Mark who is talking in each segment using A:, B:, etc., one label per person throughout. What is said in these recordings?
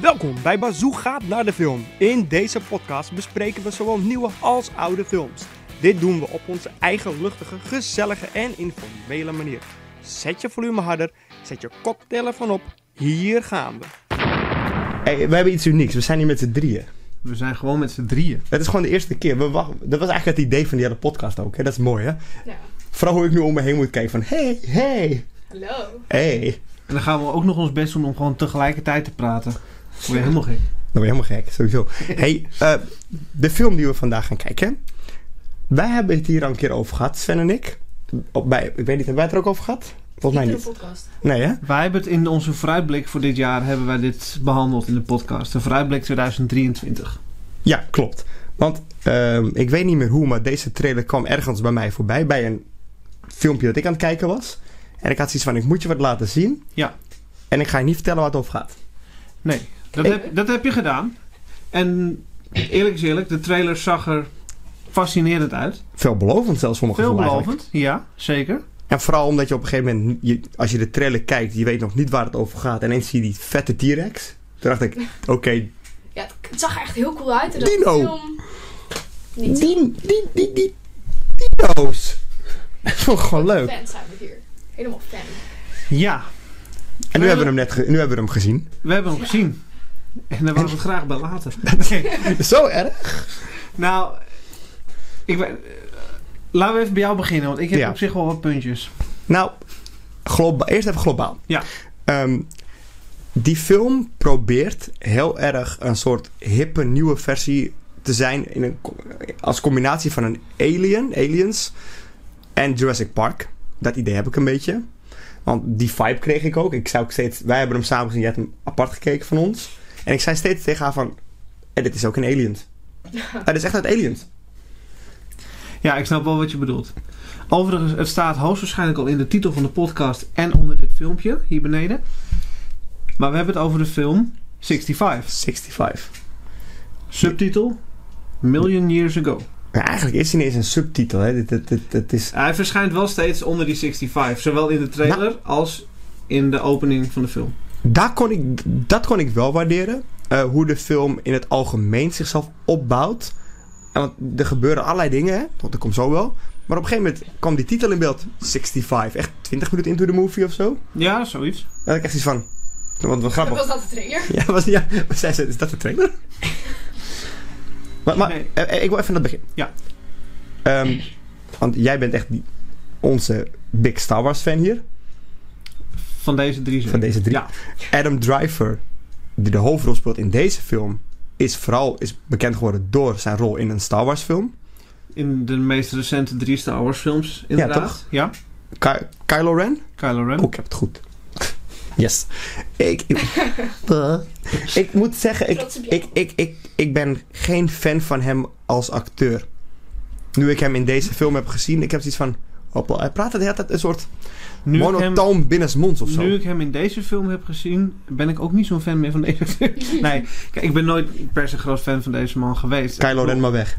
A: Welkom bij Bazoo gaat naar de film. In deze podcast bespreken we zowel nieuwe als oude films. Dit doen we op onze eigen luchtige, gezellige en informele manier. Zet je volume harder, zet je cocktail ervan op. Hier gaan we.
B: Hey, we hebben iets unieks. We zijn hier met z'n drieën.
C: We zijn gewoon met z'n drieën.
B: Het is gewoon de eerste keer. We wacht, dat was eigenlijk het idee van die hele podcast ook. Hè? Dat is mooi, hè? Vooral hoe ik nu om me heen moet kijken van... Hey, hey,
D: Hallo.
B: hey.
C: En dan gaan we ook nog ons best doen om gewoon tegelijkertijd te praten. Word je helemaal gek.
B: Dan ben je helemaal gek, sowieso. hey, eh, de film die we vandaag gaan kijken. Wij hebben het hier al een keer over gehad, Sven en ik. Op, bij, ik weet niet, hebben wij het er ook over gehad? Volgens mij
D: Iedere
B: niet.
D: podcast.
B: Nee, hè?
C: Wij hebben het in onze vooruitblik voor dit jaar hebben wij dit behandeld in de podcast. De vooruitblik 2023.
B: Ja, klopt. Want ehm, ik weet niet meer hoe, maar deze trailer kwam ergens bij mij voorbij. Bij een filmpje dat ik aan het kijken was. En ik had zoiets van, ik moet je wat laten zien.
C: Ja.
B: En ik ga je niet vertellen waar het over gaat.
C: Nee, dat,
B: Ik-
C: heb, dat heb je gedaan. En eerlijk is eerlijk, de trailer zag er fascinerend uit.
B: Veelbelovend zelfs voor mijn gevoel eigenlijk.
C: Veelbelovend, ja, zeker.
B: En vooral omdat je op een gegeven moment, je- als je de trailer kijkt, je weet nog niet waar het over gaat. En ineens zie je die vette T-Rex. Toen dacht ik, oké,
D: Ja, het, het zag er echt heel cool uit. En dat
B: Dino.
D: film... Niet.
B: die, die, die, die, dino's. Dat vond ik gewoon leuk.
D: Fan zijn we hier. Helemaal fan.
C: Ja,
B: En nu hebben we hem net ge- nu hebben we hem gezien.
C: we hebben hem gezien. En daar waren we het graag bij later.
B: Zo erg.
C: Nou, ik, weet- eh, laten we even bij jou beginnen, want ik heb
B: Ja.
C: op zich wel wat puntjes.
B: Nou, globa- eerst even globaal.
C: Ja.
B: Ehm, die film probeert heel erg een soort hippe nieuwe versie te zijn in een, co- als combinatie van een Alien, Aliens en Jurassic Park. Dat idee heb ik een beetje. Want die vibe kreeg ik ook. Ik zou ook steeds, wij hebben hem samen gezien, jij hebt hem apart gekeken van ons. En ik zei steeds tegen haar van, "Eh, dit is ook een Aliens. Het is echt uit Aliens.
C: Ja, ik snap wel wat je bedoelt. Overigens, het staat hoogstwaarschijnlijk al in de titel van de podcast en onder dit filmpje hier beneden. Maar we hebben het over de film 65.
B: 65.
C: Subtitel Million Years Ago.
B: Maar eigenlijk is hij niet eens een subtitel. Hè. Dit, dit, dit, dit is
C: Hij verschijnt wel steeds onder die 65, zowel in de trailer als in de opening van de film.
B: Daar kon ik, dat kon ik wel waarderen. eh, hoe de film in het algemeen zichzelf opbouwt. En want er gebeuren allerlei dingen, hè? want dat komt zo wel. Maar op een gegeven moment kwam die titel in beeld. 65, echt 20 minuten into the movie of zo.
C: Ja, zoiets.
B: Dan had ik echt iets van... Want wat
D: Dat
B: grappig.
D: was dat de trailer.
B: Ja, was, ja maar zij zei, is dat de trailer? maar maar
C: Nee.
B: eh, eh, ik wil even naar het begin.
C: Ja.
B: Ehm, want jij bent echt die, onze big Star Wars fan hier.
C: Van deze drie
B: Van deze drie.
C: Ja.
B: Adam Driver, die de hoofdrol speelt in deze film, is vooral is bekend geworden door zijn rol in een Star Wars film.
C: In de meest recente drie Star Wars films, inderdaad.
B: toch?
C: Ja,
B: Ky- Kylo Ren?
C: Kylo Ren.
B: Oh, ik heb het goed. Yes. Ik, ik, ik moet zeggen, ik,
D: Trots op jou.
B: ik, ik, ik, ik ben geen fan van hem als acteur. Nu ik hem in deze film heb gezien, ik heb zoiets van... Hoppa, hij praat de hele tijd een soort
C: nu ik hem-
B: monotoon binnensmonds of zo.
C: Nu ik hem in deze film heb gezien, ben ik ook niet zo'n fan meer van deze film. Nee, kijk, ik ben nooit per se groot fan van deze man geweest.
B: Kylo Ren maar weg.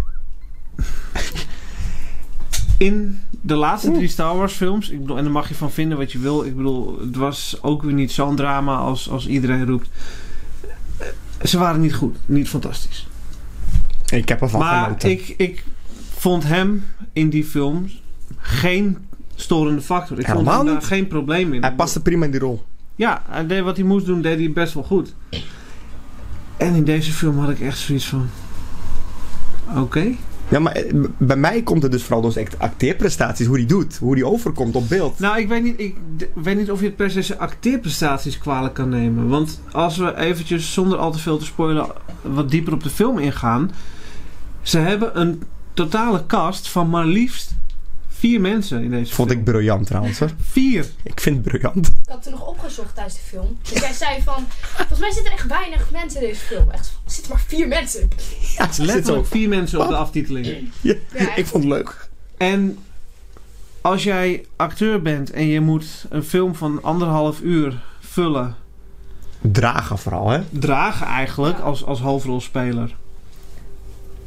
C: In de laatste drie Star Wars films, ik bedoel, en daar mag je van vinden wat je wil. Ik bedoel, het was ook weer niet zo'n drama als, als iedereen roept. Eh, Ze waren niet goed, niet fantastisch.
B: Ik heb ervan
C: Maar
B: genoten.
C: ik, ik vond hem in die film geen storende factor. Ik
B: Helemaal
C: vond hem daar
B: niet.
C: geen probleem in.
B: Hij paste prima in die rol.
C: Ja, hij deed wat hij moest doen, deed hij best wel goed. En in deze film had ik echt zoiets van. Oké.
B: Ja, maar eh, b- bij mij komt het dus vooral door zijn act- acteerprestaties, hoe die doet, hoe die overkomt op beeld.
C: Nou, ik weet, niet, ik d- weet niet of je het per se zijn acteerprestaties kwalijk kan nemen. Want als we eventjes, zonder al te veel te spoilen, wat dieper op de film ingaan. Ze hebben een totale cast van maar liefst vier mensen in deze
B: Vond
C: film.
B: ik briljant trouwens hoor.
C: Vier.
B: Ik vind het briljant.
D: Ik had toen nog opgezocht tijdens de film. Dus jij zei van... Volgens mij zitten er echt weinig mensen in deze film. Echt, er zitten maar vier mensen.
B: Ja, ze zit zo.
C: Letterlijk vier mensen op de
B: Wat?
C: aftiteling.
B: Ja,
D: Ja,
B: ik vond het leuk.
C: En als jij acteur bent en je moet een film van anderhalf uur vullen,
B: Dragen vooral, hè?
C: dragen eigenlijk
D: Ja.
C: als, als hoofdrolspeler.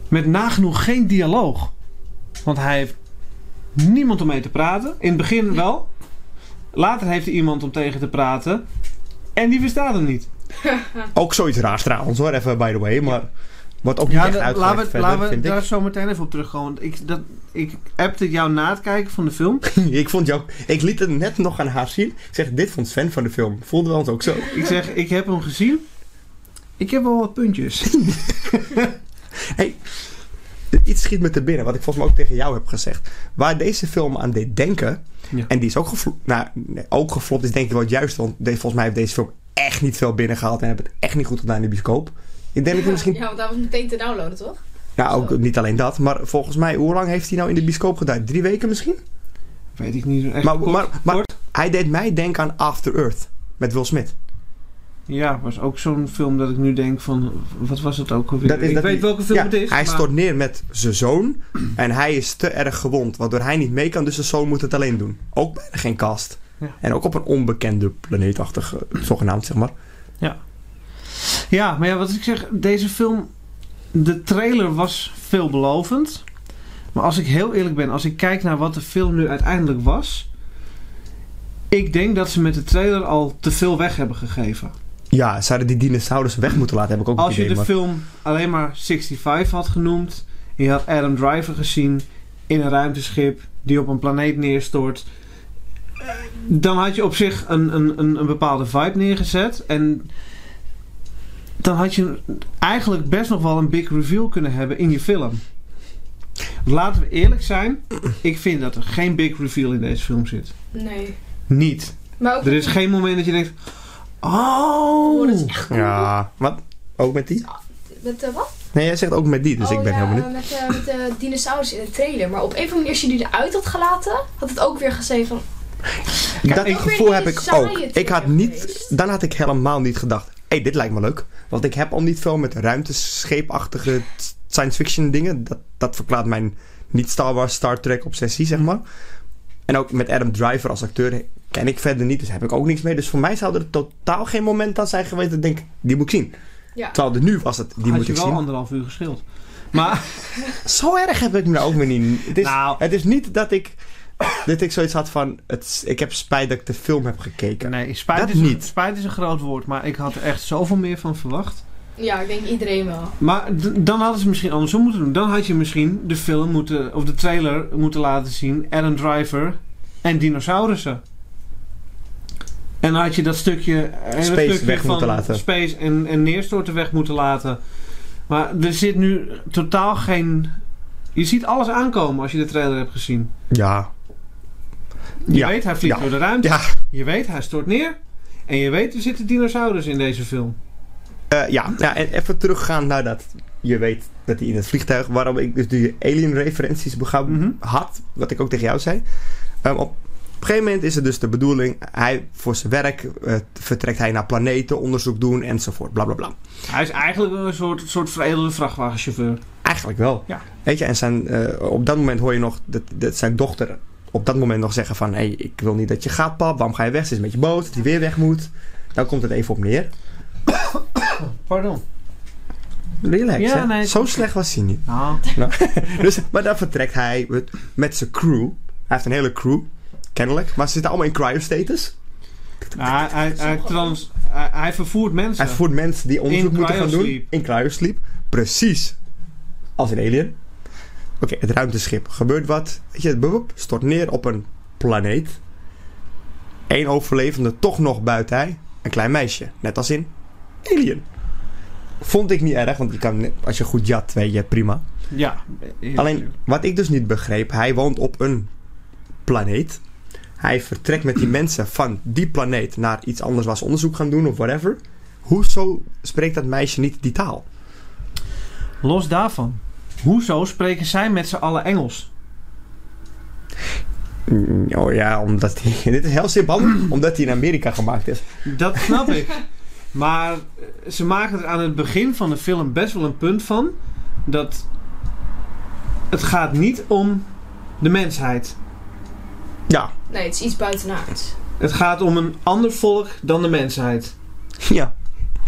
C: Met nagenoeg geen dialoog. Want hij heeft niemand om mee te praten. In het begin wel. Later heeft hij iemand om tegen te praten. En die verstaat hem niet.
B: Ook zoiets raars trouwens hoor, even by the way. Maar wat ook niet
C: Ja,
B: echt
C: dat- laten we,
B: uitgelegd verder,
C: laten we
B: vind ik.
C: daar zo meteen even op terugkomen. Want ik, dat, ik appte jou na het kijken van de film.
B: ik vond jou... Ik liet het net nog aan haar zien. Ik zeg, dit vond Sven van de film. Voelden we ons ook zo.
C: Ik zeg, ik heb hem gezien. Ik heb wel wat puntjes.
B: Iets schiet me te binnen, wat ik volgens mij ook tegen jou heb gezegd. Waar deze film aan deed denken,
C: Ja.
B: en die is ook geflopt, nou, nee, ook geflopt is denk ik wel juist, want de- volgens mij heeft deze film echt niet veel binnengehaald en hebben het echt niet goed gedaan in de bioscoop. Ik denk dat hij misschien,
D: Ja, want daar was meteen te downloaden, toch?
B: nou ook
D: Zo.
B: niet alleen dat, maar volgens mij, hoe lang heeft hij nou in de bioscoop gedaan? Drie weken misschien?
C: Weet ik niet. zo Echt
B: maar,
C: kort,
B: maar, maar
C: kort.
B: hij deed mij denken aan After Earth met Will Smith.
C: Ja, was ook zo'n film dat ik nu denk van, wat was het ook alweer?
B: Dat is-
C: ik
B: dat
C: weet
B: die-
C: welke film
B: Ja,
C: het is.
B: hij
C: maar-
B: stort neer met zijn zoon en hij is te erg gewond, waardoor hij niet mee kan, dus zijn zoon moet het alleen doen. Ook bijna geen cast.
C: Ja.
B: En ook op een onbekende planeetachtig, eh, zogenaamd zeg maar.
C: Ja, maar ja, wat ik zeg, deze film, de trailer was veelbelovend. Maar als ik heel eerlijk ben, als ik kijk naar wat de film nu uiteindelijk was. Ik denk dat ze met de trailer al te veel weg hebben gegeven.
B: Ja, zouden die dinosaurus weg moeten laten, heb ik ook
C: Als
B: een
C: je
B: idee.
C: de
B: maar-
C: film alleen maar 65 had genoemd. en Je had Adam Driver gezien in een ruimteschip die op een planeet neerstort. eh, Dan had je op zich een, een, een, een bepaalde vibe neergezet. En dan had je eigenlijk best nog wel een big reveal kunnen hebben in je film. Laten we eerlijk zijn. Ik vind dat er geen big reveal in deze film zit.
D: Nee.
C: Niet.
D: Maar ook...
C: Er is geen moment dat je denkt... Oh!
D: Oh, dat is echt cool.
B: Ja, wat? Ook met die?
D: Met eh, wat?
B: Nee, jij zegt ook met die, dus
D: oh,
B: ik ben
D: ja,
B: heel benieuwd.
D: eh, Met, eh, met de dinosaurus in de trailer. Maar op een of andere manier, als je die eruit had gelaten, had het ook weer gezegd van...
B: dat
D: ik-
B: gevoel
D: ik-
B: heb ik
D: ik-
B: ook.
D: saai het
B: Ik had
D: weer
B: niet,
D: geweest.
B: dan had ik helemaal niet gedacht. Hé, hey, dit lijkt me leuk. Want ik heb al niet veel met ruimtescheepachtige t- science fiction dingen. Dat, dat verklaart mijn niet-Star Wars, Star Trek obsessie, zeg maar. En ook met Adam Driver als acteur ken ik verder niet. Dus heb ik ook niks mee. Dus voor mij zou er totaal geen moment aan zijn geweest dat ik denk, die moet ik zien.
D: Ja.
B: Terwijl er nu was het, die
C: had
B: moet
C: je
B: ik
C: wel
B: zien.
C: anderhalf uur geschild. Maar...
B: Zo erg heb ik me nou ook weer niet. Het is,
C: Nou.
B: het is niet dat ik, dat ik zoiets had van, het, ik heb spijt dat ik de film heb gekeken.
C: Nee, spijt,
B: Dat
C: is,
B: niet.
C: spijt is een groot woord, maar ik had er echt zoveel meer van verwacht.
D: Ja, ik denk iedereen wel.
C: Maar d- dan hadden ze misschien andersom moeten doen. Dan had je misschien de film moeten, of de trailer moeten laten zien: Adam Driver en dinosaurussen. En dan had je dat stukje. en dat
B: Space
C: stukje
B: weg
C: van
B: moeten laten.
C: Space en, en neerstorten weg moeten laten. Maar er zit nu totaal geen. Je ziet alles aankomen als je de trailer hebt gezien.
B: Ja,
C: Je
B: Ja.
C: weet, hij vliegt
B: Ja.
C: door de ruimte.
B: Ja.
C: Je weet, hij stort neer. En je weet, er zitten dinosaurus in deze film.
B: Eh, ja, ja, en even teruggaan naar dat je weet dat hij in het vliegtuig, waarom ik dus die alien referenties begou-
C: Mhm.
B: had, wat ik ook tegen jou zei. Ehm, op, op een gegeven moment is het dus de bedoeling, hij voor zijn werk eh, vertrekt hij naar planeten, onderzoek doen enzovoort, bla bla bla.
C: Hij is eigenlijk wel een soort, soort veredelde vrachtwagenchauffeur.
B: Eigenlijk wel.
C: Ja.
B: Weet je, en zijn, eh, op dat moment hoor je nog dat, dat zijn dochter op dat moment nog zeggen van... hé, hey, ik wil niet dat je gaat, pap. Waarom ga je weg? Ze is een beetje boos dat hij weer weg moet. Dan komt het even op neer.
C: Pardon.
B: Relax,
C: Ja,
B: hè?
C: nee,
B: Zo
C: het-
B: slecht was hij niet.
C: Ah.
B: Dus, maar dan vertrekt hij met, met zijn crew. Hij heeft een hele crew, kennelijk. Maar ze zitten allemaal in cryo-status.
C: Hij, hij, hij, trans, hij, hij vervoert mensen.
B: Hij voert mensen die onderzoek
C: In
B: moeten gaan doen.
C: cryo-sleep.
B: In cryo-sleep. Precies. Als een alien. Oké, het ruimteschip. Gebeurt wat. Weet je, het boep, stort neer op een planeet. Eén overlevende, toch nog buiten hij. Een klein meisje. Net als in Alien. Vond ik niet erg, want je kan, als je goed jat, weet je, prima.
C: ja.
B: Alleen wat ik dus niet begreep, hij woont op een planeet. Hij vertrekt met die mensen van die planeet naar iets anders waar ze onderzoek gaan doen of whatever. Hoezo spreekt dat meisje niet die taal?
C: Los daarvan. Hoezo spreken zij met z'n allen Engels?
B: Mm, Oh ja, omdat hij. Dit is heel simpel, omdat hij in Amerika gemaakt is.
C: Dat snap ik. Maar eh, ze maken er aan het begin van de film best wel een punt van. Dat het gaat niet om de mensheid.
B: Ja,
D: Nee, het is iets buitenaards.
C: Het gaat om een ander volk dan de mensheid.
B: ja.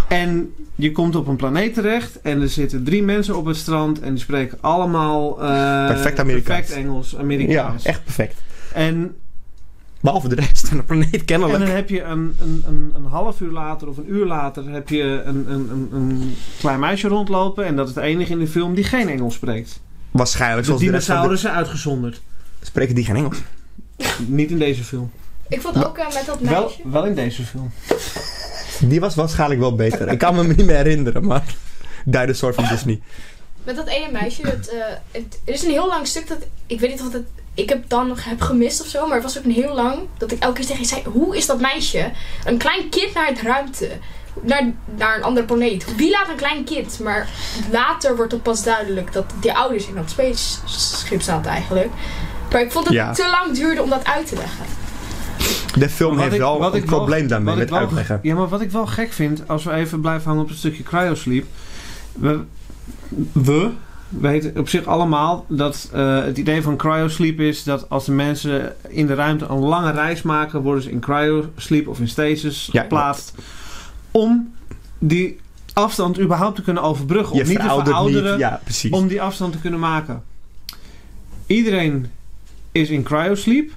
C: En je komt op een planeet terecht en er zitten drie mensen op het strand en die spreken allemaal eh,
B: Perfect Amerikaans.
C: perfect Engels,
B: Ja,
C: Amerikaans.
B: echt perfect.
C: En
B: Behalve de rest van de planeet
C: En eh,
B: kennelijk.
C: dan heb je een, een, een, een half uur later of een uur later heb je een, een, een, een klein meisje rondlopen. En dat is de enige in de film die geen Engels spreekt.
B: Waarschijnlijk,
C: De
B: zoals de rest van de...
C: dinosaurussen uitgezonderd.
B: Spreken die geen Engels?
C: Niet in deze film.
D: Ik vond ook eh, met dat
C: Wel,
D: meisje.
C: wel in deze film.
B: Die was waarschijnlijk wel beter. Ik kan me niet meer herinneren, maar... Duidelijk soort van Disney.
D: Met dat ene meisje. Dat, eh, het- er is een heel lang stuk dat. Ik weet niet of dat. Ik heb dan nog heb gemist of zo. Maar het was ook een heel lang. Dat ik elke keer tegen je zei: Hoe is dat meisje? Een klein kind naar het ruimte. Naar, naar een andere planeet. Wie laat een klein kind? Maar later wordt het pas duidelijk dat die ouders in dat spaceschip zaten eigenlijk. Maar ik vond het
B: Ja.
D: te lang duurde om dat uit te leggen.
B: De film
C: Wat
B: heeft
C: ik-
B: wel
C: wat
B: een
C: ik wel-
B: probleem daarmee
C: wat ik
B: met
C: wel-
B: uitleggen.
C: Ja, maar wat ik wel gek vind, als we even blijven hangen op het stukje cryosleep. We, we weten op zich allemaal dat eh, het idee van cryosleep is dat als de mensen in de ruimte een lange reis maken, worden ze in cryosleep of in stasis
B: Ja,
C: geplaatst. Om die afstand überhaupt te kunnen overbruggen.
B: Je
C: om niet te
B: veroudert
C: verouderen
B: niet. Ja, precies.
C: om die afstand te kunnen maken. Iedereen is in cryosleep.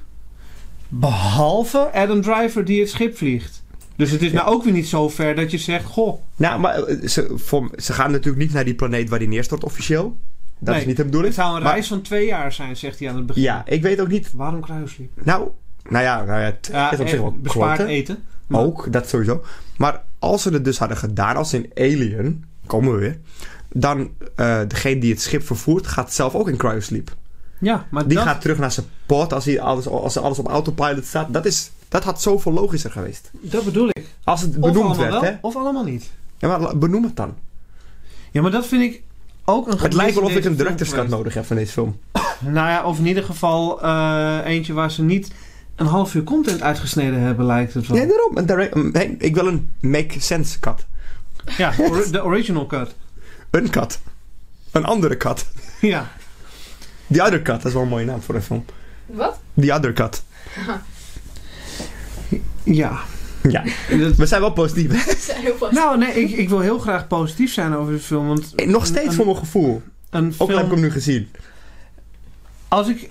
C: Behalve Adam Driver die het schip vliegt. Dus het is nou ook weer niet zo ver dat je zegt... Goh,
B: Nou, maar eh, ze, voor- ze gaan natuurlijk niet naar die planeet waar die neerstort officieel. Dat
C: Nee,
B: is niet de
C: het
B: bedoeling.
C: zou een
B: Maar-
C: reis van twee jaar zijn, zegt hij aan het begin.
B: Ja, ik weet ook niet.
C: Waarom cryosleep?
B: Nou, nou ja, nou ja het
C: Ja,
B: is op zich wel
C: eh, bespaard
B: kloten.
C: eten.
B: Maar Ook, dat sowieso. Maar als ze het dus hadden gedaan als in Alien, komen we weer. Dan eh, degene die het schip vervoert, gaat zelf ook in cryosleep.
C: Ja, maar
B: Die
C: dat,
B: gaat terug naar zijn pot als, hij alles, als alles op autopilot staat. Dat, is, dat had zoveel logischer geweest.
C: dat bedoel ik.
B: Als het
C: Of
B: benoemd
C: allemaal
B: werd,
C: wel,
B: hè?
C: of allemaal niet.
B: Ja, maar la- benoem het dan.
C: Ja, maar dat vind ik ook een
B: Het
C: gemis
B: lijkt wel
C: in
B: of ik
C: deze
B: een
C: film
B: director's cut
C: geweest.
B: nodig heb van deze film.
C: Nou ja, of in ieder geval eh, eentje waar ze niet een half uur content uitgesneden hebben, lijkt het wel.
B: Nee, daarom. Een direct, een- nee, ik wil een make sense cut.
C: Ja, ori- de original cut.
B: Een cut. Een andere cut.
C: Ja.
B: The Other Cut, dat is wel een mooie naam voor een film.
D: Wat?
B: The Other Cut.
C: Ja.
B: Ja,
C: Dat-
B: we zijn wel positief. hè?
D: Dat zijn heel veel.
C: nou, nee, ik, ik wil heel graag positief zijn over de film. Want
B: Nog steeds
C: een,
B: voor mijn gevoel.
C: een
B: Ook al heb ik hem
C: film.
B: nu gezien.
C: Als ik.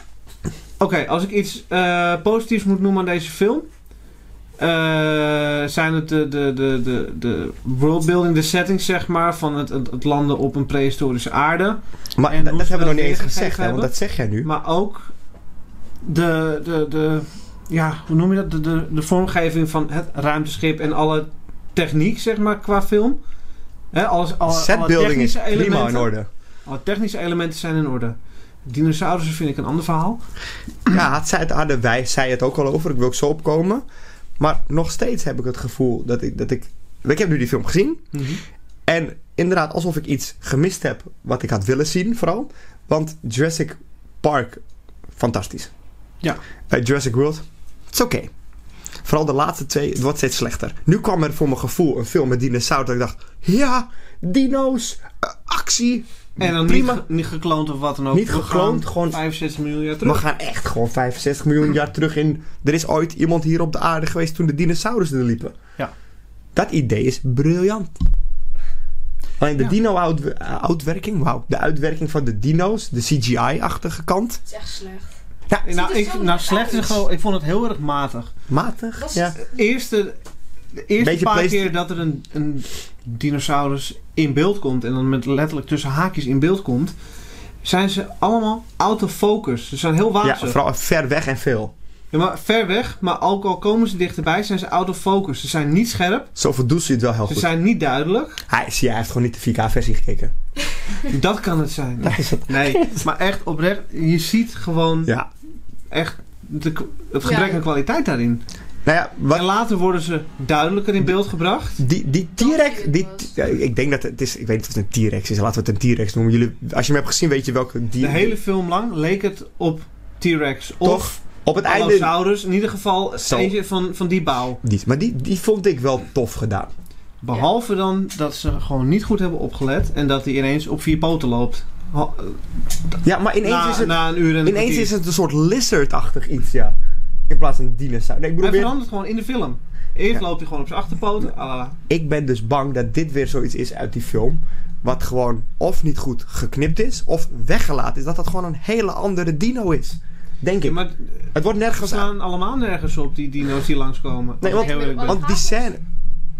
C: Oké, als ik iets eh, positiefs moet noemen aan deze film. eh, zijn het de, de, de, de, de worldbuilding, de setting zeg maar. Van het, het, het landen op een prehistorische aarde.
B: Maar
C: En
B: da-
C: hoe
B: dat
C: ze
B: hebben we nog
C: dat
B: niet eens
C: weergegeven
B: gezegd, hè, want
C: hebben.
B: dat zeg jij nu.
C: Maar ook de. de, de ja, hoe noem je dat? De, de, de vormgeving van het ruimteschip en alle techniek, zeg maar, qua film. Hè, alles, alle, alle
B: Setbuilding is
C: technische
B: prima
C: elementen.
B: in orde.
C: Alle technische elementen zijn in orde. Dinosaurussen vind ik een ander verhaal.
B: Ja, had zij het, hadden wij zij het ook al over. Ik wil ook zo opkomen. Maar nog steeds heb ik het gevoel dat ik... Dat ik, ik heb nu die film gezien. En inderdaad, alsof ik iets gemist heb wat ik had willen zien, vooral. Want Jurassic Park, fantastisch.
C: Ja.
B: Eh, Jurassic World, het is oké. Vooral de laatste twee, het wordt steeds slechter. Nu kwam er voor mijn gevoel een film met dinosaur dat ik dacht... Ja, dino's, eh, actie,
C: En dan niet,
B: prima.
C: ge- niet gekloond of wat dan ook.
B: Niet
C: We gaan
B: gekloond, gewoon-
C: 65 miljoen jaar
B: We
C: terug.
B: gaan echt gewoon 65 miljoen jaar terug in... Er is ooit iemand hier op de aarde geweest toen de dinosaurussen er liepen.
C: Ja.
B: Dat idee is briljant. Alleen de
C: Ja.
B: dino-uitwerking, wauw. De uitwerking van de dino's, de CGI-achtige kant.
D: Het is echt slecht.
B: Ja,
C: nou,
D: ziet er
C: ik,
D: zo
C: nou, slecht is
D: uit.
C: gewoon... Ik vond het heel erg matig.
B: matig.
D: Was
B: ja.
D: het-
C: Eerste, de eerste
B: Beetje
C: paar
B: playsta-
C: keer dat er een, een dinosaurus in beeld komt... en dan met letterlijk tussen haakjes in beeld komt... zijn ze allemaal autofocus. Ze zijn heel
B: ja,
C: wazig.
B: vooral ver weg en veel.
C: Ja, maar ver weg, maar ook al komen ze dichterbij... zijn ze autofocus. Ze zijn niet scherp,
B: Zoveel doet ze het wel heel
C: ze
B: Oh, goed.
C: zijn niet duidelijk...
B: Hij, zie je, hij heeft gewoon niet de 4K-versie gekeken.
C: Dat kan het zijn.
B: Dat is het.
C: Nee, maar echt oprecht, je ziet gewoon
B: Ja.
C: echt de, k- het gebrek
D: Ja.
C: aan kwaliteit daarin.
B: Nou ja, wat,
C: En later worden ze duidelijker in beeld gebracht.
B: Die, die
D: Dat
B: T-Rex,
D: het
B: die,
D: was.
B: ja, ik denk dat het is, ik weet niet of het een T-Rex is, laten we het een T-Rex noemen. Jullie, als je hem hebt gezien, weet je welke die.
C: De hele film lang leek het op T-Rex
B: Toch?
C: of
B: op het einde.
C: Allosaurus. In ieder geval
B: Zo.
C: eentje van, van die bouw.
B: Die, maar die, die vond ik wel tof gedaan.
C: Behalve dan dat ze gewoon niet goed hebben opgelet en dat hij ineens op vier poten loopt. Ha-
B: Ja, maar ineens,
C: na,
B: is, het,
C: na een uur en een
B: ineens
C: kwartier.
B: is het een soort lizardachtig iets, ja. In plaats van een dinosaurus. Nee, ik bedoel
C: Hij
B: weer,
C: verandert gewoon in de film.
B: Ja.
C: Eerst loopt hij gewoon op zijn achterpoten. ah la la.
B: ik ben dus bang dat dit weer zoiets is uit die film. Wat gewoon of niet goed geknipt is, of weggelaten is. Dat dat gewoon een hele andere dino is. Denk
C: Ja,
B: ik.
C: maar
B: Het wordt
C: ze
B: nergens aan.
C: slaan allemaal nergens op, die dino's die langskomen. als
B: Nee,
C: ik
B: want-
C: heel eerlijk ben.
B: Want die
D: Gaaf.
B: scène.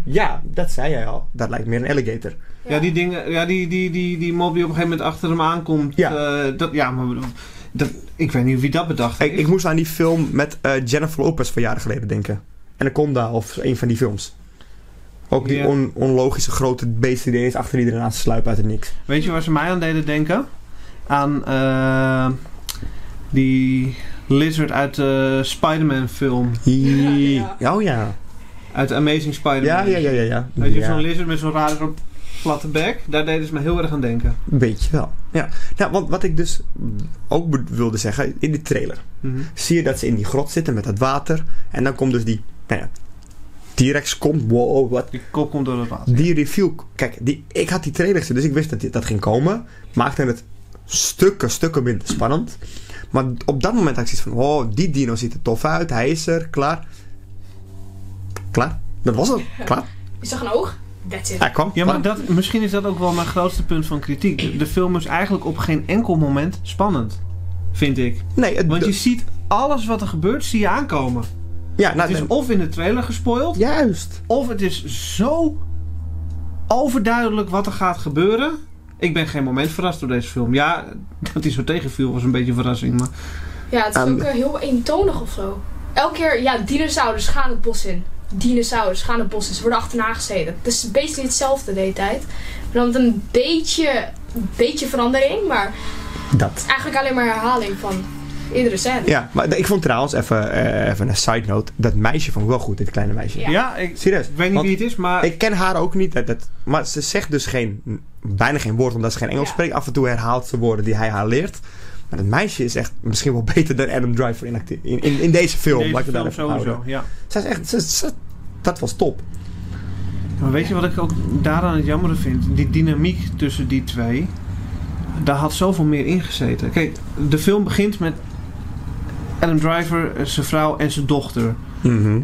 B: Ja, dat zei jij al. Dat lijkt meer een alligator.
C: Ja, die dingen, ja, die, die, die, die mob die op een gegeven moment achter hem aankomt.
B: Ja.
C: eh, dat, ja maar dat, ik weet niet wie dat bedacht
B: Ik,
C: heeft.
B: ik moest aan die film met eh, Jennifer Lopez van jaren geleden denken. Anaconda of een van die films. Ook die
C: Ja.
B: on- onlogische grote beesten die eens achter iedereen aan te sluipen uit het niks.
C: Weet je waar ze mij aan deden denken? Aan eh, die lizard uit de Spider-Man film.
B: Hie-
D: Ja,
B: Oh ja.
C: Uit Amazing Spider-Man.
B: Ja, ja, ja, ja. ja.
C: Weet je,
B: Ja,
C: zo'n lizard met zo'n rare platte bek. Daar deden ze me heel erg aan denken.
B: Een beetje wel. Ja. Nou, want wat ik dus ook be- wilde zeggen, in de trailer
C: Mhm.
B: zie je dat ze in die grot zitten met dat water. En dan komt dus die, nou ja, T-Rex komt, wow, oh, wat
C: Die kop komt door het water.
B: Die review, kijk, die, ik had die trailer gezien, dus ik wist dat dit- dat ging komen. Maakte het stukken, stukken minder spannend. Maar op dat moment had ik zoiets van, oh, die dino ziet er tof uit, hij is er, klaar. Klaar, dat was het, klaar.
D: Ik zag een oog. That's it.
B: Hij kwam.
C: Ja, maar
B: klaar.
C: dat, misschien is dat ook wel mijn grootste punt van kritiek. De, de film is eigenlijk op geen enkel moment spannend. Vind ik.
B: nee, het,
C: Want je ziet alles wat er gebeurt, zie je aankomen.
B: ja, nou,
C: Het is of in de trailer gespoild,
B: juist.
C: of het is zo overduidelijk wat er gaat gebeuren. Ik ben geen moment verrast door deze film. Ja, dat hij zo tegenviel was een beetje een verrassing. Maar
D: Ja, het is
B: Aan-
D: ook eh, heel eentonig of zo. Elke keer, ja, dinosaurus gaan het bos in. Dinosaurus gaan het bos in. Ze worden achterna gesneden. Het is basically hetzelfde de hele tijd. Maar dan met een beetje, beetje verandering, maar
B: Dat.
D: eigenlijk alleen maar herhaling van iedere scène.
B: Ja, maar ik vond trouwens, even, eh, even een side note, dat meisje vond ik wel goed, dit kleine meisje.
D: Ja.
C: ja, ik,
B: Serieus.
C: ik weet niet
B: Want-
C: wie het is, maar
B: Ik ken haar ook niet. Dat, dat- maar ze zegt dus geen, bijna geen woord omdat ze geen Engels
D: Ja.
B: spreekt. Af en toe herhaalt ze woorden die hij haar leert. Maar dat meisje is echt misschien wel beter dan Adam Driver in, acte- in, in, in deze film.
C: deze
B: laat ik het
C: film
B: daar even
C: sowieso.
B: houden.
C: Ja.
B: Zij is echt, ze- ze- dat was top.
C: Maar weet je wat ik ook daaraan het jammere vind? Die dynamiek tussen die twee, daar had zoveel meer in gezeten. Kijk, de film begint met Adam Driver, eh, zijn vrouw en zijn dochter.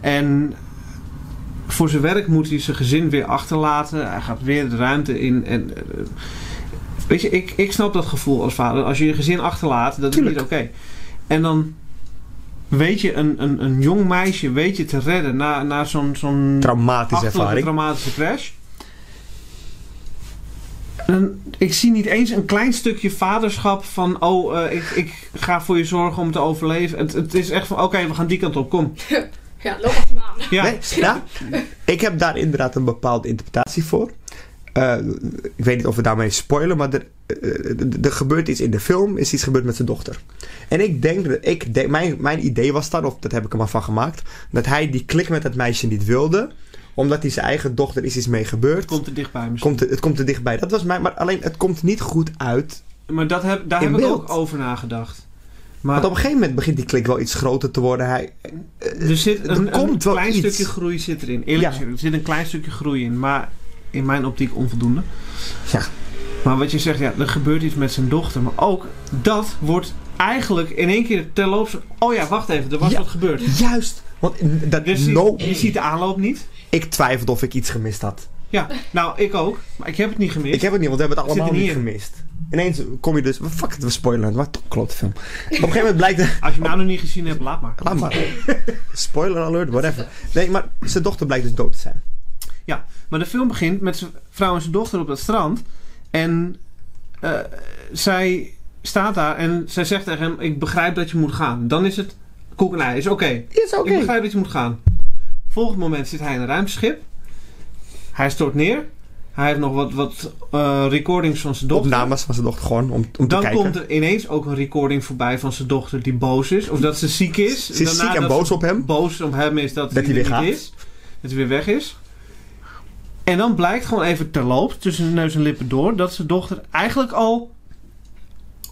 C: En voor zijn werk moet hij zijn gezin weer achterlaten. Hij gaat weer de ruimte in. En, eh, weet je, ik, ik snap dat gevoel als vader. Als je je gezin achterlaat, dat
B: Tuurlijk.
C: is niet oké. En dan weet je een, een, een jong meisje weet je te redden na, na zo'n... zo'n
B: Traumatische
C: achterlijke
B: ervaring.
C: traumatische crash. En ik zie niet eens een klein stukje vaderschap van... Oh, eh, ik, ik ga voor je zorgen om te overleven. Het, het is echt van, oké, we gaan die kant op, kom.
D: Ja, loop achter me aan.
C: Ja,
B: Nee, nou, ik heb daar inderdaad een bepaalde interpretatie voor. Eh, ik weet niet of we daarmee spoilen, maar er, eh, er- er gebeurt iets in de film, is iets gebeurd met zijn dochter. En ik denk, dat- ik denk mijn, mijn idee was dan, of dat heb ik er maar van gemaakt, dat hij die klik met dat meisje niet wilde, omdat hij zijn eigen dochter is iets mee gebeurd.
C: het komt er dichtbij misschien.
B: Komt er- het komt er dichtbij. Dat was mijn, maar alleen het komt niet goed uit.
C: Maar dat heb, daar
B: In
C: heb ik
B: beeld.
C: ook over nagedacht. Maar
B: Want op een gegeven moment begint die klik wel iets groter te worden. Hij,
C: er zit
B: er
C: een, een
B: komt wel
C: klein
B: iets.
C: stukje groei zit erin. Eerlijk
B: Ja.
C: gezegd, er zit een klein stukje groei in. Maar in mijn optiek onvoldoende.
B: Ja.
C: Maar wat je zegt, ja, er gebeurt iets met zijn dochter. Maar ook dat wordt eigenlijk in één keer terloops... Oh ja, wacht even, er was
B: Ja.
C: wat gebeurd.
B: juist, want dat,
C: Dus je,
B: no,
C: je ziet de aanloop niet.
B: ik twijfelde of ik iets gemist had.
C: Ja, nou, ik ook. Maar ik heb het niet gemist.
B: Ik heb het niet, want we hebben het
C: Zit er
B: allemaal niet
C: niet in.
B: gemist. Ineens kom je dus... Fuck het, we spoileren het. Wat een klote film. Op een gegeven moment blijkt... de-
C: Als je hem nou nog niet gezien hebt, laat maar.
B: Laat maar. Spoiler alert, whatever. Nee, maar zijn dochter blijkt dus dood te zijn.
C: Maar de film begint met zijn vrouw en zijn dochter op dat strand. En eh, zij staat daar en zij zegt tegen hem: Ik begrijp dat je moet gaan. Dan is het koek en ei, is oké.
B: Is oké.
C: Ik begrijp dat je moet gaan. Volgend moment zit hij in een ruimteschip. Hij stort neer. Hij heeft nog wat, wat eh, recordings van zijn dochter.
B: Opnames van zijn dochter gewoon, om, om te
C: Dan
B: kijken.
C: komt er ineens ook een recording voorbij van zijn dochter die boos is. Of dat ze ziek is.
B: Ze is
C: Daarna
B: ziek en
C: dat
B: boos
C: ze
B: op hem.
C: boos om hem is
B: Dat
C: dat,
B: hij
C: er
B: weer
C: niet
B: gaat.
C: is. Dat hij weer weg is. En dan blijkt gewoon even terloops, tussen de neus en lippen door, dat zijn dochter eigenlijk al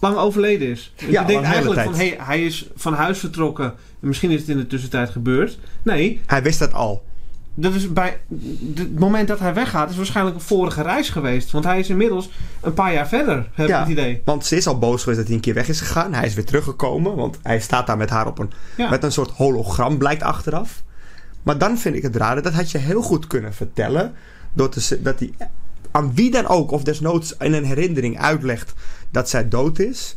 C: lang overleden is. Dus
B: Ja, al
C: je
B: een hele
C: denkt eigenlijk van, hé,
B: tijd.
C: hey, hij is van huis vertrokken. En misschien is het in de tussentijd gebeurd. Nee,
B: Hij wist dat al.
C: dat is bij het moment dat hij weggaat, is waarschijnlijk een vorige reis geweest. Want hij is inmiddels een paar jaar verder, heb
B: Ja.
C: ik het idee.
B: Want ze is al boos geweest dat hij een keer weg is gegaan. Hij is weer teruggekomen, want hij staat daar met haar op een...
C: Ja.
B: Met een soort hologram, blijkt achteraf. Maar dan vind ik het raar, dat had je heel goed kunnen vertellen. Door te, ze- dat hij aan wie dan ook, of desnoods in een herinnering uitlegt dat zij dood is.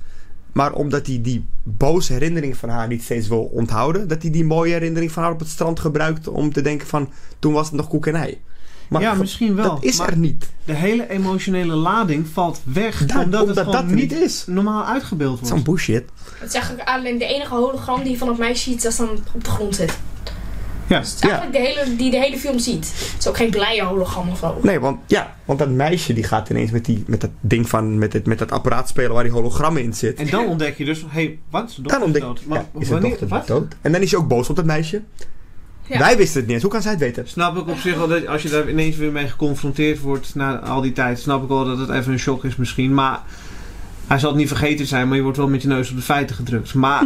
B: Maar omdat hij die boze herinnering van haar niet steeds wil onthouden. Dat hij die mooie herinnering van haar op het strand gebruikt om te denken van toen was het nog koek en ei. Maar
C: ja,
B: ge-
C: misschien wel.
B: dat is
C: maar
B: er niet.
C: de hele emotionele lading valt weg.
B: Daar-
C: omdat, het gewoon
B: dat
C: niet
B: niet is.
C: normaal uitgebeeld wordt.
B: Zo'n bullshit.
D: Het is eigenlijk alleen de enige hologram die je van dat meisje ziet dat dan op de grond zit.
C: Ja.
D: Dus het is eigenlijk de hele, die de hele film ziet. Het is ook geen blije hologram of zo.
B: Nee, want, ja, want dat meisje die gaat ineens met, die, met dat ding van, met, het, met dat apparaat spelen waar die hologrammen in zit.
C: En dan ontdek je dus, hé, hey, wat? Zijn dochter
B: Dan
C: is
B: ontdek
C: dood.
B: ja, is het dochter
C: wat?
B: dood. En dan is hij ook boos op dat meisje.
D: Ja.
B: Wij wisten het niet eens. Hoe kan zij het weten?
C: Snap ik op zich wel dat als je daar ineens weer mee geconfronteerd wordt na al die tijd, snap ik wel dat het even een shock is misschien. Maar hij zal het niet vergeten zijn, maar je wordt wel met je neus op de feiten gedrukt. Maar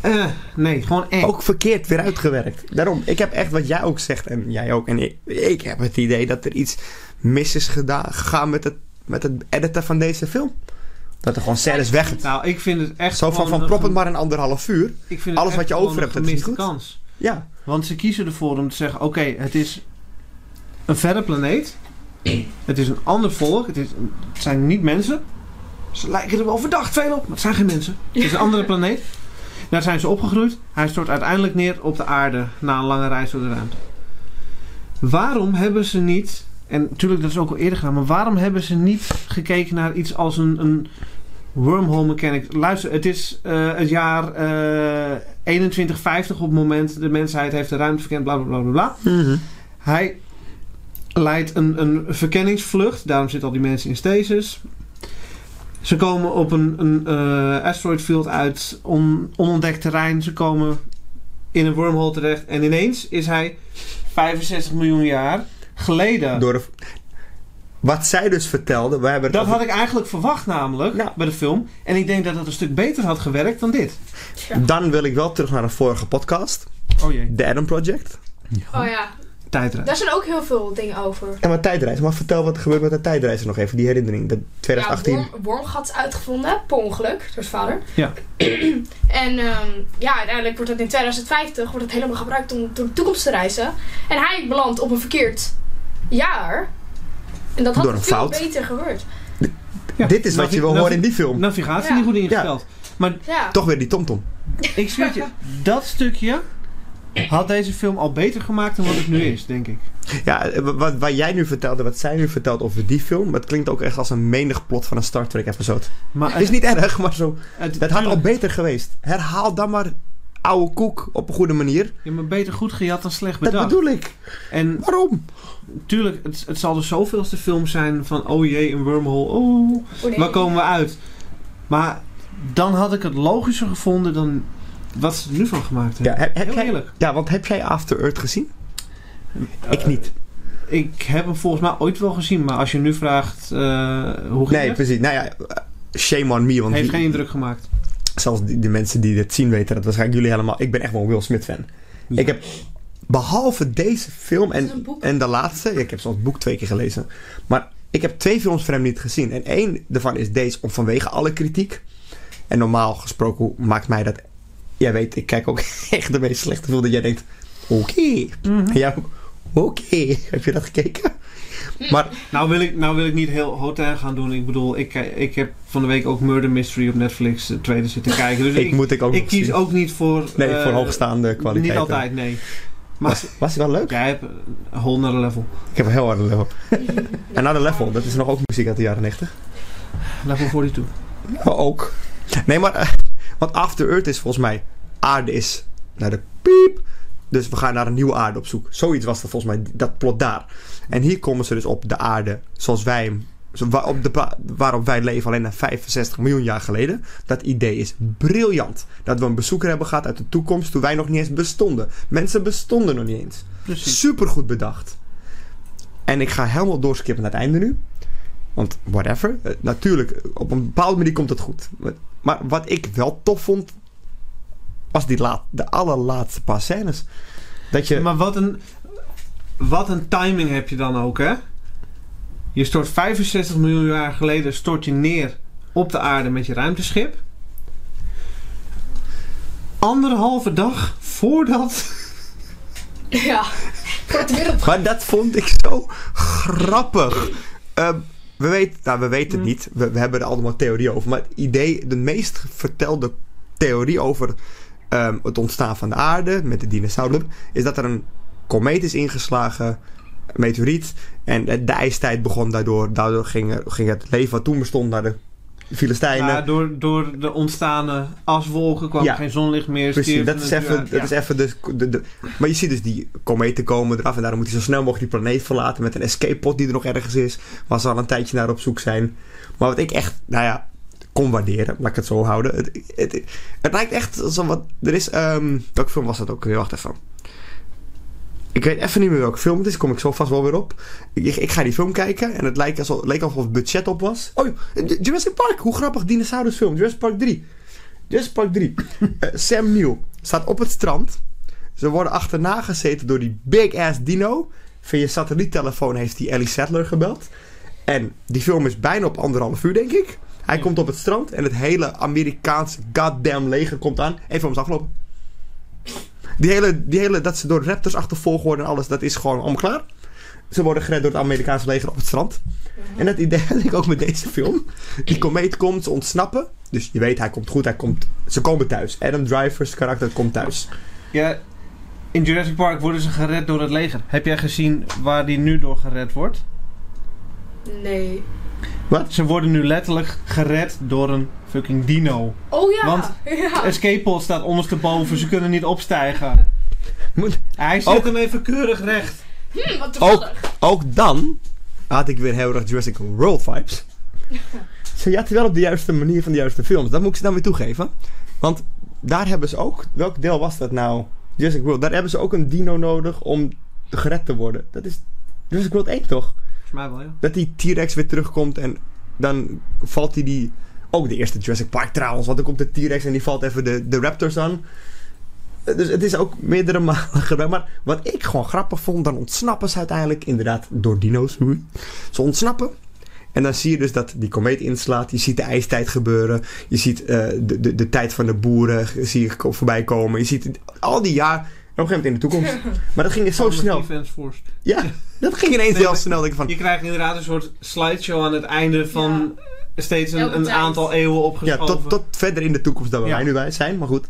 C: eh, nee, gewoon echt.
B: Ook verkeerd weer uitgewerkt. Daarom, ik heb echt wat jij ook zegt en jij ook. En ik, ik heb het idee dat er iets mis is geda- gegaan met het, met het editen van deze film. Dat er gewoon scènes weg...
C: Nou, ik vind het echt
B: Zo van,
C: gewoon
B: van
C: een
B: prop het
C: gem-
B: maar een anderhalf uur.
C: ik vind het
B: alles
C: echt
B: wat je
C: gewoon
B: over hebt,
C: een
B: dat is niet
C: gemiste
B: goed.
C: kans.
B: Ja,
C: Want ze kiezen ervoor om te zeggen: oké, het is een verre planeet. Het is een ander volk. Het, is, het zijn niet mensen. Ze lijken er wel verdacht veel op, maar het zijn geen mensen. Het is een andere planeet. Daar zijn ze opgegroeid. Hij stort uiteindelijk neer op de aarde na een lange reis door de ruimte. Waarom hebben ze niet, en natuurlijk dat is ook al eerder gedaan, maar waarom hebben ze niet gekeken naar iets als een, een wormhole mechanic? Luister, het is eh, het jaar eh 2150 op het moment, de mensheid heeft de ruimte verkend, bla bla bla bla. bla. Hij leidt een, een verkenningsvlucht, daarom zitten al die mensen in stasis. Ze komen op een, een eh, asteroid field uit, on, onontdekt terrein. Ze komen in een wormhole terecht. En ineens is hij 65 miljoen jaar geleden.
B: door de- Wat zij dus vertelde, wij hebben het
C: dat
B: over-
C: had ik eigenlijk verwacht namelijk
B: Nou.
C: bij de film. En ik denk dat dat een stuk beter had gewerkt dan dit.
B: Dan wil ik wel terug naar een vorige podcast.
C: Oh jee.
B: The Adam Project.
D: Oh ja,
C: Tijdreis.
D: daar zijn ook heel veel dingen over.
B: En wat tijdreis. Maar vertel wat er gebeurt met de tijdreizen nog even. Die herinnering. Dat
D: Ja,
B: 2018.
D: worm, wormgat is uitgevonden, per ongeluk, door zijn vader.
C: Ja.
D: en ehm, ja, uiteindelijk wordt dat in 2050 wordt het helemaal gebruikt om door de toekomst te reizen. En hij belandt op een verkeerd jaar. En dat had
B: Door een
D: veel
B: fout.
D: beter gebeurd.
C: Ja.
B: Dit is Nou. wat
C: Navi-
B: je wil
C: navi-
B: horen in die film.
C: Navigatie
D: Ja.
C: niet goed ingesteld. Maar
D: Ja.
B: Toch weer die TomTom.
C: ik zweer het je, dat stukje had deze film al beter gemaakt dan wat het nu is, denk ik.
B: Ja, eh, wa- wat, wat jij nu vertelde, wat zij nu vertelt over die film. Het klinkt ook echt als een menig plot van een Star Trek episode.
C: Maar
B: Het is niet erg, maar zo.
C: het,
B: Het had al beter geweest. Herhaal dan maar oude koek op een goede manier.
C: Je hebt beter goed gejat dan slecht
B: Dat
C: bedacht.
B: bedoel ik.
C: En
B: Waarom?
C: tuurlijk, het, het zal de zoveelste film zijn van oh jee, een wormhole, oh,
D: Oh, nee.
C: waar komen we uit? Maar dan had ik het logischer gevonden dan wat ze er nu van gemaakt
B: Ja,
C: hebben.
B: heb, heb
C: Heel
B: jij,
C: eerlijk.
B: ja, want heb jij After Earth gezien? ik
C: Eh,
B: niet.
C: Ik heb hem volgens mij ooit wel gezien, maar als je nu vraagt eh, hoe ging
B: Nee,
C: het,
B: precies. Nou ja, shame on me. Want
C: heeft
B: die-
C: geen indruk gemaakt.
B: zelfs die, die mensen die dit zien weten dat waarschijnlijk jullie helemaal... Ik ben echt wel een Will Smith fan. Ik heb, behalve deze film
D: Is
B: en,
D: het een boek?
B: en de laatste... Ik heb zelfs het boek twee keer gelezen. Maar ik heb twee films van hem niet gezien. En één daarvan is deze om vanwege alle kritiek. En normaal gesproken hoe- maakt mij dat... Jij weet, ik kijk ook echt de meest slechte film dat jij denkt... Oké.
C: Mhm.
B: En jij ook, Oké. Heb je dat gekeken? Maar
C: Nou wil, ik, nou wil ik niet heel hotel gaan doen. Ik bedoel, ik, eh, ik heb van de week ook Murder Mystery op Netflix, de tweede zitten kijken. Dus
B: ik,
C: ik,
B: moet ik ook
C: ik
B: nog
C: kies
B: zien.
C: ook niet voor...
B: Nee,
C: eh,
B: voor hoogstaande kwaliteit. eh.
C: Niet altijd, nee. Maar
B: Was, was hij wel leuk?
C: jij hebt een whole nother level.
B: Ik heb een heel harde level. Another Level, dat is nog ook muziek uit de jaren 90.
C: Level 42.
B: Oh, ook. Nee, maar eh, want After Earth is volgens mij aarde is naar de piep. Dus we gaan naar een nieuwe aarde op zoek. Zoiets was dat volgens mij, dat plot daar. En hier komen ze dus op de aarde zoals wij hem, zo- wa- op de pla- waarop wij leven alleen na 65 miljoen jaar geleden. Dat idee is briljant. Dat we een bezoeker hebben gehad uit de toekomst toen wij nog niet eens bestonden. Mensen bestonden nog niet eens.
C: Precies.
B: Super goed bedacht. En ik ga helemaal doorskippen naar het einde nu. Want whatever. Eh, natuurlijk, op een bepaalde manier komt het goed. Maar wat ik wel tof vond. was die laat, de allerlaatste paar scènes. Dat je.
C: Maar wat een, wat een timing heb je dan ook, hè? Je stort 65 miljoen jaar geleden stort je neer op de aarde met je ruimteschip. Anderhalve dag voordat...
D: Ja. Voor het wereld.
B: Maar dat vond ik zo grappig. Ehm, We, weten, nou, we weten het
C: Mm.
B: niet. We, we hebben er allemaal theorieën over. Maar het idee, de meest vertelde theorie over ehm, het ontstaan van de aarde met de dinosauren, is dat er een komeet is ingeslagen, een meteoriet. En de, de ijstijd begon daardoor. Daardoor ging, er- ging het leven wat toen bestond naar de Filistijnen.
C: Ja, door, door de ontstaande aswolken kwam
B: Ja.
C: geen zonlicht meer.
B: Precies,
C: stierf
B: dat is
C: het
B: even,
C: uit.
B: dat
C: Ja.
B: is even de, de, de- Maar je ziet dus die kometen komen eraf en daarom moet hij zo snel mogelijk die planeet verlaten met een escape pod die er nog ergens is, waar ze al een tijdje naar op zoek zijn. Maar wat ik echt, nou ja, kon waarderen, laat ik het zo houden. Het, het, het lijkt echt alsof wat. Er is, ehm welke film was dat ook weer? Wacht even. Ik weet even niet meer welke film het is, kom ik zo vast wel weer op. Ik, ik ga die film kijken en het lijkt alsof, leek alsof het budget op was. Oh, Jurassic Park, hoe grappig dinosaurusfilm, Jurassic Park 3. Jurassic Park 3. Eh, Sam Neill staat op het strand. Ze worden achterna gezeten door die big ass dino. Via je satelliettelefoon heeft hij Ellie Sattler gebeld. En die film is bijna op anderhalf uur, denk ik. Hij
C: Ja.
B: komt op het strand en het hele Amerikaanse goddamn leger komt aan. Even film is afgelopen. Die hele, die hele, dat ze door raptors achtervolgd worden en alles, dat is gewoon allemaal klaar. Ze worden gered door het Amerikaanse leger op het strand. En dat idee had ik ook met deze film. Die komeet komt, ze ontsnappen. Dus je weet, hij komt goed, hij komt, ze komen thuis. Adam Driver's karakter komt thuis.
C: Ja, in Jurassic Park worden ze gered door het leger. Heb jij gezien waar die nu door gered wordt?
D: Nee.
C: Ze worden nu letterlijk gered door een fucking dino.
D: Oh ja.
C: Want-
D: ja.
C: Escape pod staat ondersteboven, ze kunnen niet opstijgen.
B: Moet-
C: Hij zet
B: Ook-
C: hem even keurig recht.
D: Hm, wat toevallig.
B: Ook dan had ik weer heel erg Jurassic World vibes. Ze jatten wel op de juiste manier van de juiste films. Dat moet ik ze dan weer toegeven. Want daar hebben ze ook... Welk deel was dat nou? Jurassic World. Daar hebben ze ook een dino nodig om gered te worden. Dat is Jurassic World 1 toch?
C: Volgens mij wel, ja.
B: Dat die T-Rex weer terugkomt en dan valt hij die... Ook de eerste Jurassic Park trouwens, want dan komt de T-Rex en die valt even de, de Raptors aan. Dus het is ook meerdere malen gedaan. Maar wat ik gewoon grappig vond, dan ontsnappen ze uiteindelijk inderdaad door dino's. Oei. Ze ontsnappen. En dan zie je dus dat die komeet inslaat. Je ziet de ijstijd gebeuren. Je ziet eh, de, de, de tijd van de boeren zie je ko- voorbij komen. Je ziet al die jaar, op een gegeven moment in de toekomst. Maar dat ging echt zo
C: Armored
B: snel.
C: Defense Force.
B: Ja, dat ging ineens
C: Nee,
B: heel
C: maar-
B: snel. Denk ik van,
C: Je krijgt inderdaad een soort slideshow aan het einde van steeds een,
D: Elke
C: een
D: tijd.
C: aantal eeuwen
B: Ja,
C: opgeschoven.
B: tot, tot verder in de toekomst dan waar
C: Ja.
B: wij nu bij zijn. Maar goed,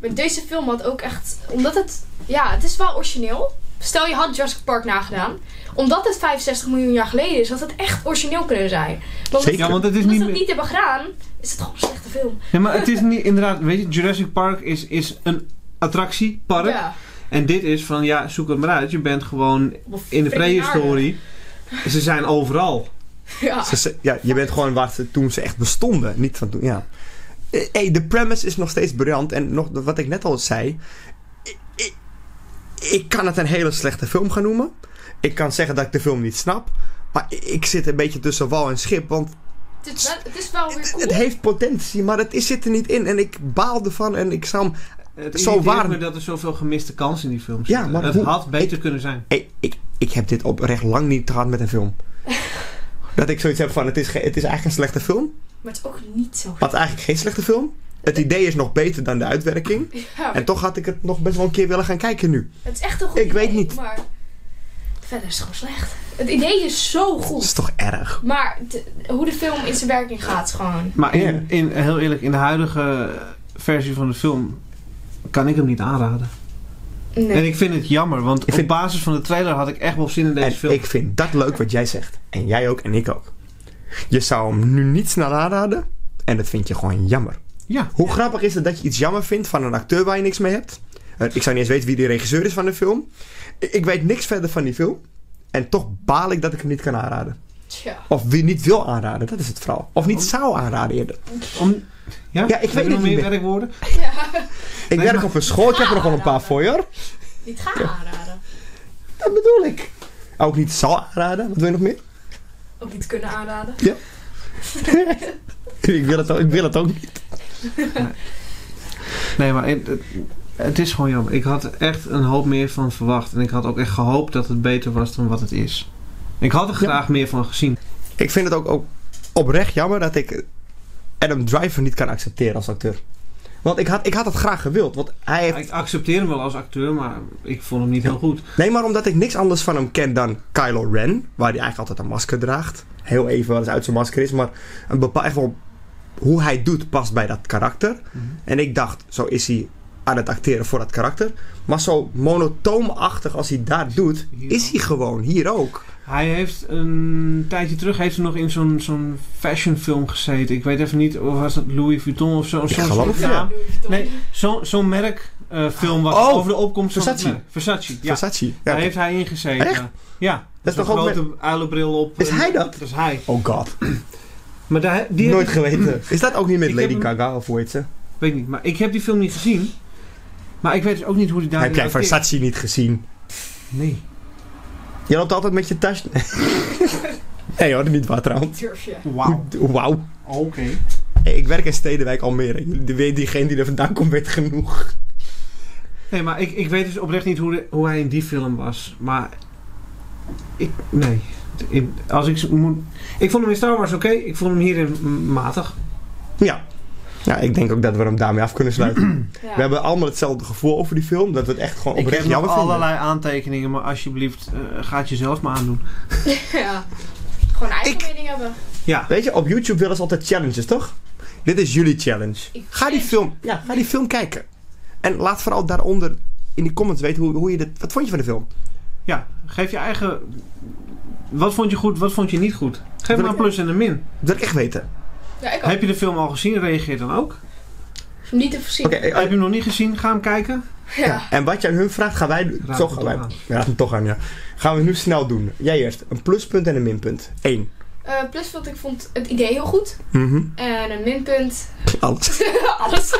D: Maar deze film had ook echt... Omdat het... Ja, het is wel origineel. Stel je had Jurassic Park nagedaan. Omdat het 65 miljoen jaar geleden is, had het echt origineel kunnen zijn. Maar omdat-
B: Zeker.
C: Ja, want het is
D: Omdat
C: niet
D: ze dat
C: meer...
D: niet hebben gedaan, is het gewoon een slechte film.
C: Ja, maar het is niet, inderdaad, weet je, Jurassic Park is, is een attractiepark.
D: Ja.
C: En dit is van, ja, zoek het maar uit. Je bent gewoon
D: Of
C: in de
D: veterinaar.
C: prehistorie. Ze zijn overal.
D: Ja.
B: ze- ze- ja, je bent gewoon waar ze toen ze echt bestonden. Niet van toen, ja. Eh, hey, de premise is nog steeds briljant. En nog, wat ik net al zei. Ik, ik, ik kan het een hele slechte film gaan noemen. Ik kan zeggen dat ik de film niet snap. Maar i- ik zit een beetje tussen wal en schip. Want
D: Het, is wel, het is wel weer
B: het,
D: cool.
B: het heeft potentie, maar het is, zit er niet in. En ik baal ervan. En ik zou hem
C: Het
B: Zo
C: zo
B: waar-
C: me dat er zoveel gemiste kansen in die film
B: Ja,
C: zitten.
B: maar
C: het
B: hoe-
C: had beter kunnen zijn.
B: Ik, ik, ik heb dit oprecht lang niet gehad met een film. Dat ik zoiets heb van, het is, ge- het is eigenlijk een slechte film.
D: Maar het is ook niet zo.
B: Had eigenlijk geen slechte film. Het idee is nog beter dan de uitwerking.
D: Ja,
B: En toch had ik het nog best wel een keer willen gaan kijken nu.
D: het is echt een goed
B: Ik weet
D: idee,
B: niet.
D: Maar verder is het gewoon slecht. Het idee is zo
B: Dat is
D: goed.
B: toch erg.
D: Maar de- hoe de film in zijn werking gaat, is gewoon.
C: Maar in,
B: Ja.
C: in, heel eerlijk, in de huidige versie van de film kan ik hem niet aanraden. En
D: Nee.
C: ik vind het jammer, want
B: Ik vind-
C: op basis van de trailer had ik echt wel zin in deze
B: En
C: film.
B: ik vind dat leuk wat jij zegt. En jij ook en ik ook. Je zou hem nu niet snel aanraden. En dat vind je gewoon jammer.
C: Ja.
B: Hoe grappig is het dat je iets jammer vindt van een acteur waar je niks mee hebt? Eh, Ik zou niet eens weten wie de regisseur is van de film. Ik- Ik weet niks verder van die film. En toch baal ik dat ik hem niet kan aanraden.
D: Tja.
B: Of wie niet wil aanraden, dat is het verhaal. Of
C: Oh.
B: niet zou aanraden eerder.
C: Om... Ja?
B: ik
C: Heb je
B: weet het
C: nog
B: niet
C: meer
B: meer.
C: werkwoorden?
D: Ja.
B: Ik
C: Nee,
B: werk
C: maar-
B: op een school, ik heb er nog wel een paar voor je hoor.
D: Niet gaan aanraden.
B: Dat bedoel ik. Ook niet zal aanraden, wat wil je nog meer?
D: Ook niet kunnen aanraden.
B: ik, wil het ook, ik wil het ook niet.
C: Nee, maar het, het- het is gewoon jammer. Ik had er echt een hoop meer van verwacht. En ik had ook echt gehoopt dat het beter was dan wat het is. Ik had er
B: Ja.
C: graag meer van gezien.
B: Ik vind het ook, ook oprecht jammer dat ik Adam Driver niet kan accepteren als acteur. Want ik had, ik had dat graag gewild. Want hij heeft
C: Ik accepteer hem wel als acteur, maar ik vond hem niet heel goed.
B: Nee, maar omdat ik niks anders van hem ken dan Kylo Ren, waar hij eigenlijk altijd een masker draagt. Heel even wat eens uit zijn masker is, maar een bepaald, echt wel hoe hij doet past bij dat karakter. En ik dacht, zo is hij aan het acteren voor dat karakter. Maar zo monotoomachtig als hij daar doet,
C: Hier
B: is hij gewoon hier ook.
C: Hij heeft een tijdje terug heeft hij nog in zo'n zo'n fashionfilm gezeten. Ik weet even niet, of was dat Louis Vuitton of zo? zo'n
B: geloof
C: soort-
B: het,
C: ja.
B: ja.
C: Nee, zo'n zo'n merk eh, film was
B: Oh,
C: over de opkomst
B: Versace.
C: van het merk. Versace. Ja,
B: Versace. Ja.
C: daar heeft hij in gezeten.
B: Echt?
C: Ja.
B: is
C: Zo'n
B: toch ook
C: grote uilenbril op.
B: Is
C: en-
B: hij dat?
C: Dat is hij.
B: Oh god,
C: Maar daar, die
B: nooit
C: heb
B: geweten. Is dat ook niet met
C: Ik
B: Lady
C: heb hem-
B: Gaga of hoe heet ze?
C: ik, weet niet, maar ik heb die film niet gezien. Maar ik weet dus ook niet hoe die daar
B: Heb
C: in
B: jij
C: acteert.
B: Versace niet gezien?
C: Nee.
B: Je loopt altijd met je tas... nee hoor, niet waar trouwens.
D: Durf je.
C: Wauw.
B: Wauw.
C: Oké.
B: Hey, ik werk in Stedenwijk Almere. Jullie- de- Diegene die er vandaan komt weet genoeg.
C: Nee, maar ik, ik weet dus oprecht niet hoe, de- hoe hij in die film was. Maar ik, nee. In- als ik, zo moet, ik vond hem in Star Wars oké, ik vond hem hierin m- matig.
B: Ja. Ja, ik denk ook dat we hem daarmee af kunnen sluiten.
D: Ja.
B: We hebben allemaal hetzelfde gevoel over die film. Dat we het echt gewoon
C: Ik heb
B: oprecht
C: nog
B: jammer vinden.
C: allerlei aantekeningen, maar alsjeblieft, eh, ga het jezelf maar aandoen.
D: ja. Gewoon eigen mening hebben.
C: Ja,
B: Weet je, op YouTube willen ze altijd challenges, toch? Dit is jullie challenge.
D: Ik-
B: Ga die film, ja, ga die film kijken. En laat vooral daaronder in die comments weten hoe, hoe je dit... Wat vond je van de film?
C: ja, geef je eigen... Wat vond je goed, wat vond je niet goed? Geef
B: Wil
C: maar een
B: ik-
C: plus en een min.
B: Dat wil ik echt weten.
D: Ja, ik ook.
C: Heb je de film al gezien, reageer dan ook.
D: Niet te voorzien.
B: Oké, eh,
C: Heb je hem nog niet gezien, ga hem kijken.
D: Ja.
B: en wat je aan hun vraagt, gaan wij... doen.
C: Raad
B: Zo
C: me
B: gaan
C: toch
B: wij...
C: aan.
B: Ja, raad me toch aan, ja. Gaan we nu snel doen. Jij eerst. Een pluspunt en een minpunt. Eén.
D: Eh, plus wat ik vond het idee heel goed.
B: Mhm.
D: En een minpunt.
B: Alles.
D: Alles.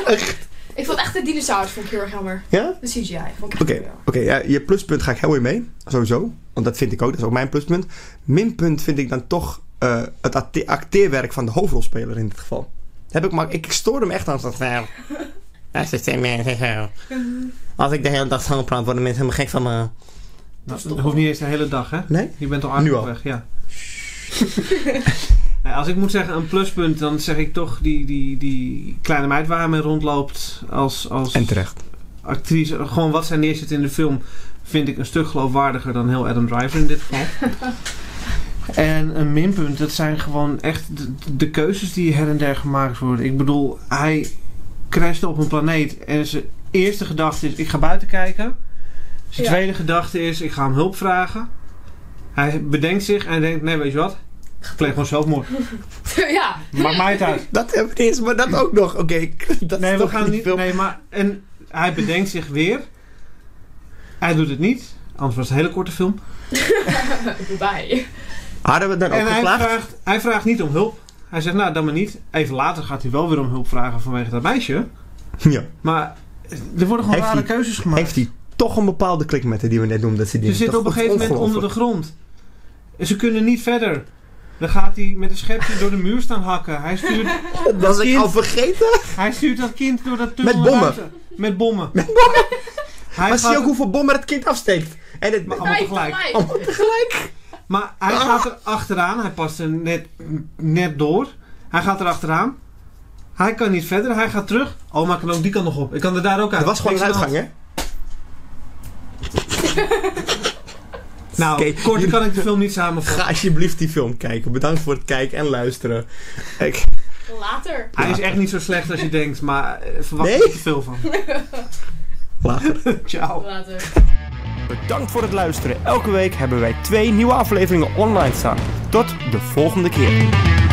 D: Ik vond echt de dinosaurus vond ik heel erg jammer.
B: Ja?
D: De CGI vond ik echt
B: Oké,
D: heel jammer.
B: oké, ja, je pluspunt ga ik heel weer mee. Sowieso. Want dat vind ik ook. Dat is ook mijn pluspunt. Minpunt vind ik dan toch eh, het acte- acteerwerk van de hoofdrolspeler in dit geval. Heb ik, maar ik stoor hem echt aan dat eh, verhaal. Hij zegt tegen mensen zo. eh, Als ik de hele dag zo praat, worden mensen helemaal gek van me.
C: Dat, hoeft niet eens de hele dag, hè?
B: Nee?
C: Je bent al
B: Nu
C: aardig
B: al.
C: op weg, ja. Nee, Als ik moet zeggen een pluspunt, dan zeg ik toch die, die, die kleine meid waar hij mee rondloopt als, als
B: En terecht.
C: actrice. Gewoon wat zij neerzet in de film vind ik een stuk geloofwaardiger dan heel Adam Driver in dit geval. en een minpunt, dat zijn gewoon echt de, de keuzes die her en der gemaakt worden. Ik bedoel, hij crasht op een planeet en zijn eerste gedachte is ik ga buiten kijken. Zijn
D: Ja.
C: tweede gedachte is ik ga hem hulp vragen. Hij bedenkt zich en denkt, nee weet je wat, ik pleeg gewoon zelfmoord.
D: ja.
C: Maakt mij het uit.
B: Dat hebben we eerst, maar dat ook nog. Oké, dat
C: Nee,
B: is
C: we
B: toch
C: gaan
B: niet
C: niet.
B: veel.
C: Nee, maar. En hij bedenkt zich weer. Hij doet het niet. Anders was het een hele korte film.
D: Dubai.
B: Hadden we het dan ook
C: en hij
B: geklaagd?
C: vraagt, hij vraagt niet om hulp. Hij zegt, nou, dan maar niet. Even later gaat hij wel weer om hulp vragen vanwege dat meisje.
B: Ja.
C: Maar er worden gewoon
B: Heeft
C: rare
B: hij-
C: keuzes gemaakt.
B: Heeft hij toch een bepaalde klik met die we net noemden? Dat ze die
C: Ze zitten
B: toch-
C: op een gegeven moment onder de
B: ongelooflijk.
C: grond. En ze kunnen niet verder. Dan gaat hij met een schepje door de muur staan hakken. Hij stuurt,
B: Dat was ik
C: kind.
B: al vergeten.
C: hij stuurt dat kind door dat tunnel
B: Met
C: naar
B: bommen.
C: buiten. Met bommen. Met bommen. Hij
B: Maar zie je
C: gaat-
B: ook hoeveel bommen het kind afsteekt? En het,
C: Maar- Allemaal
D: Vijf
C: tegelijk.
D: van mij.
B: allemaal tegelijk.
C: Maar hij
B: Ah.
C: gaat er achteraan. Hij past er net, net door. Hij gaat er achteraan. Hij kan niet verder. Hij gaat terug. Oh, maar ik kan ook die kant nog op. Ik kan er daar ook uit.
B: Het was gewoon een
C: Niks aan
B: uitgang,
C: de
B: hè?
C: hand. Nou,
B: Oké,
C: kort
B: jullie-
C: kan ik de film niet samenvatten.
B: Ga alsjeblieft die film kijken. Bedankt voor het kijken en luisteren. Ik,
D: Later.
C: Hij is echt niet zo slecht als je denkt, maar eh, verwacht
B: Nee?
C: er niet te veel van.
B: later.
C: Ciao.
D: Later.
A: Bedankt voor het luisteren. Elke week hebben wij twee nieuwe afleveringen online staan. Tot de volgende keer.